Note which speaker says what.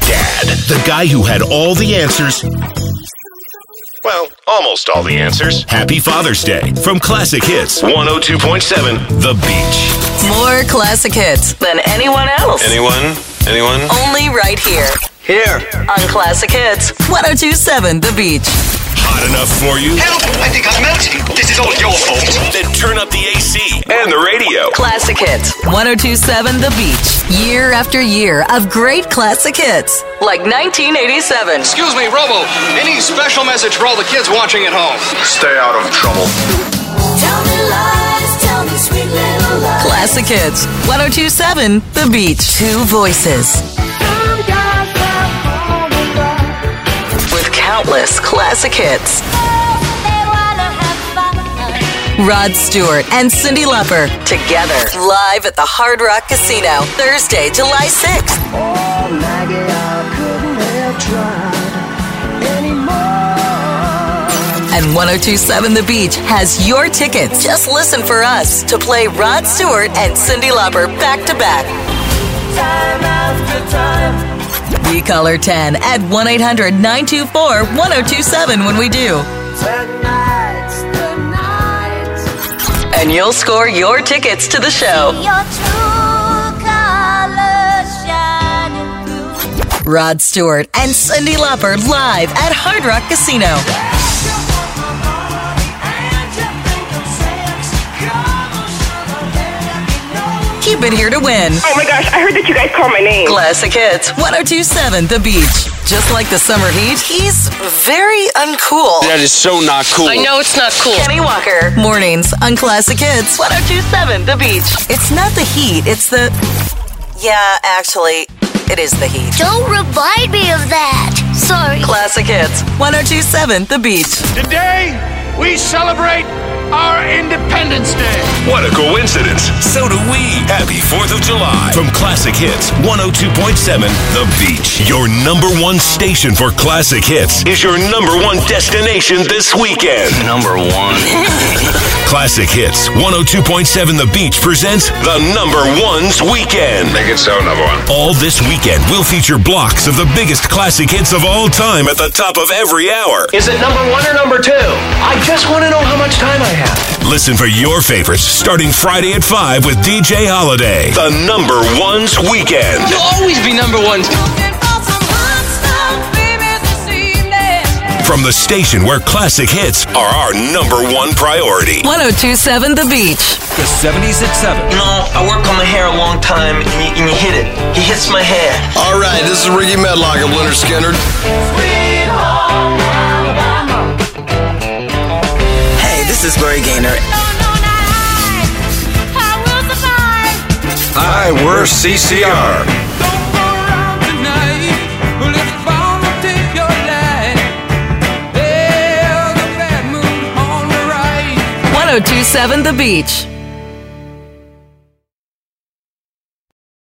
Speaker 1: the guy who had all the answers. Well, almost all the answers. oh Happy Father's Day from Classic Hits 102.7 The Beach.
Speaker 2: More classic hits than anyone else.
Speaker 3: Anyone? Anyone?
Speaker 2: Only right here
Speaker 4: Here.
Speaker 2: on Classic Hits 1027 The Beach.
Speaker 1: Hot enough for you?
Speaker 5: Help! I think I'm melting. This is all your fault.
Speaker 1: Then turn up E the AC.
Speaker 3: And the radio.
Speaker 2: Classic Hits 1027 The Beach. Year after year of great classic hits like 1987.
Speaker 5: Excuse me, Robo. Any special message for all the kids watching at home? Stay out of trouble.
Speaker 6: Tell me lies, tell me sweet little lies.
Speaker 2: Classic Hits 1027 The Beach. Two voices
Speaker 6: Some guys have all the love.
Speaker 2: with countless classic hits.
Speaker 6: They wanna have fun.
Speaker 2: Rod Stewart and Cindy Lauper together live at the Hard Rock Casino Thursday, July 6th. And 1027 The Beach has your tickets. Just listen for us to play Rod Stewart and Cindy Lauper back to back. We call her 10 at 1 800 924 1027 when we do.
Speaker 6: Tonight's the night.
Speaker 2: And you'll score your tickets to the show.
Speaker 6: Your true colors shining through.
Speaker 2: Rod Stewart and Cindy Lauper live at Hard Rock Casino. Keep it here to win.
Speaker 7: Oh my gosh, I heard that you guys called my name.
Speaker 2: Classic hits 1027 The Beach. Just like the summer heat, he's very uncool.
Speaker 3: That is so not cool.
Speaker 8: I know it's not cool.
Speaker 2: Kenny Walker. Mornings on Classic Hits 1027 The Beach. It's not the heat, it's the. Yeah, actually, it is the heat.
Speaker 6: Don't remind me of that. Sorry.
Speaker 2: Classic Hits 1027 The Beach.
Speaker 5: Today, we celebrate our Independence Day.
Speaker 1: What a coincidence. So do we. Happy 4th of July from Classic Hits 102.7 The Beach. Your number one station for Classic Hits is your number one destination this weekend.
Speaker 3: Number one.
Speaker 1: Classic Hits 102.7 The Beach presents The Number Ones Weekend.
Speaker 3: Make it so, number one.
Speaker 1: All this weekend, we'll feature blocks of the biggest classic hits of all time at the top of every hour.
Speaker 5: Is it number one or number two? I just want to know how much time I have.
Speaker 1: Listen for your favorites starting Friday at 5 with DJ Holiday. The number ones weekend.
Speaker 8: You'll always be number one.
Speaker 1: From the station where classic hits are our number one priority.
Speaker 2: 1027 The Beach.
Speaker 9: The 70s at 7.
Speaker 10: You know, I work on my hair a long time, and you, and you hit it. He hits my hair.
Speaker 3: All right, this is Ricky Medlock of Leonard Skinner.
Speaker 10: Hey, this is Lori Gaynor.
Speaker 3: Hi, we're CCR.
Speaker 9: Right.
Speaker 2: 1027 The Beach.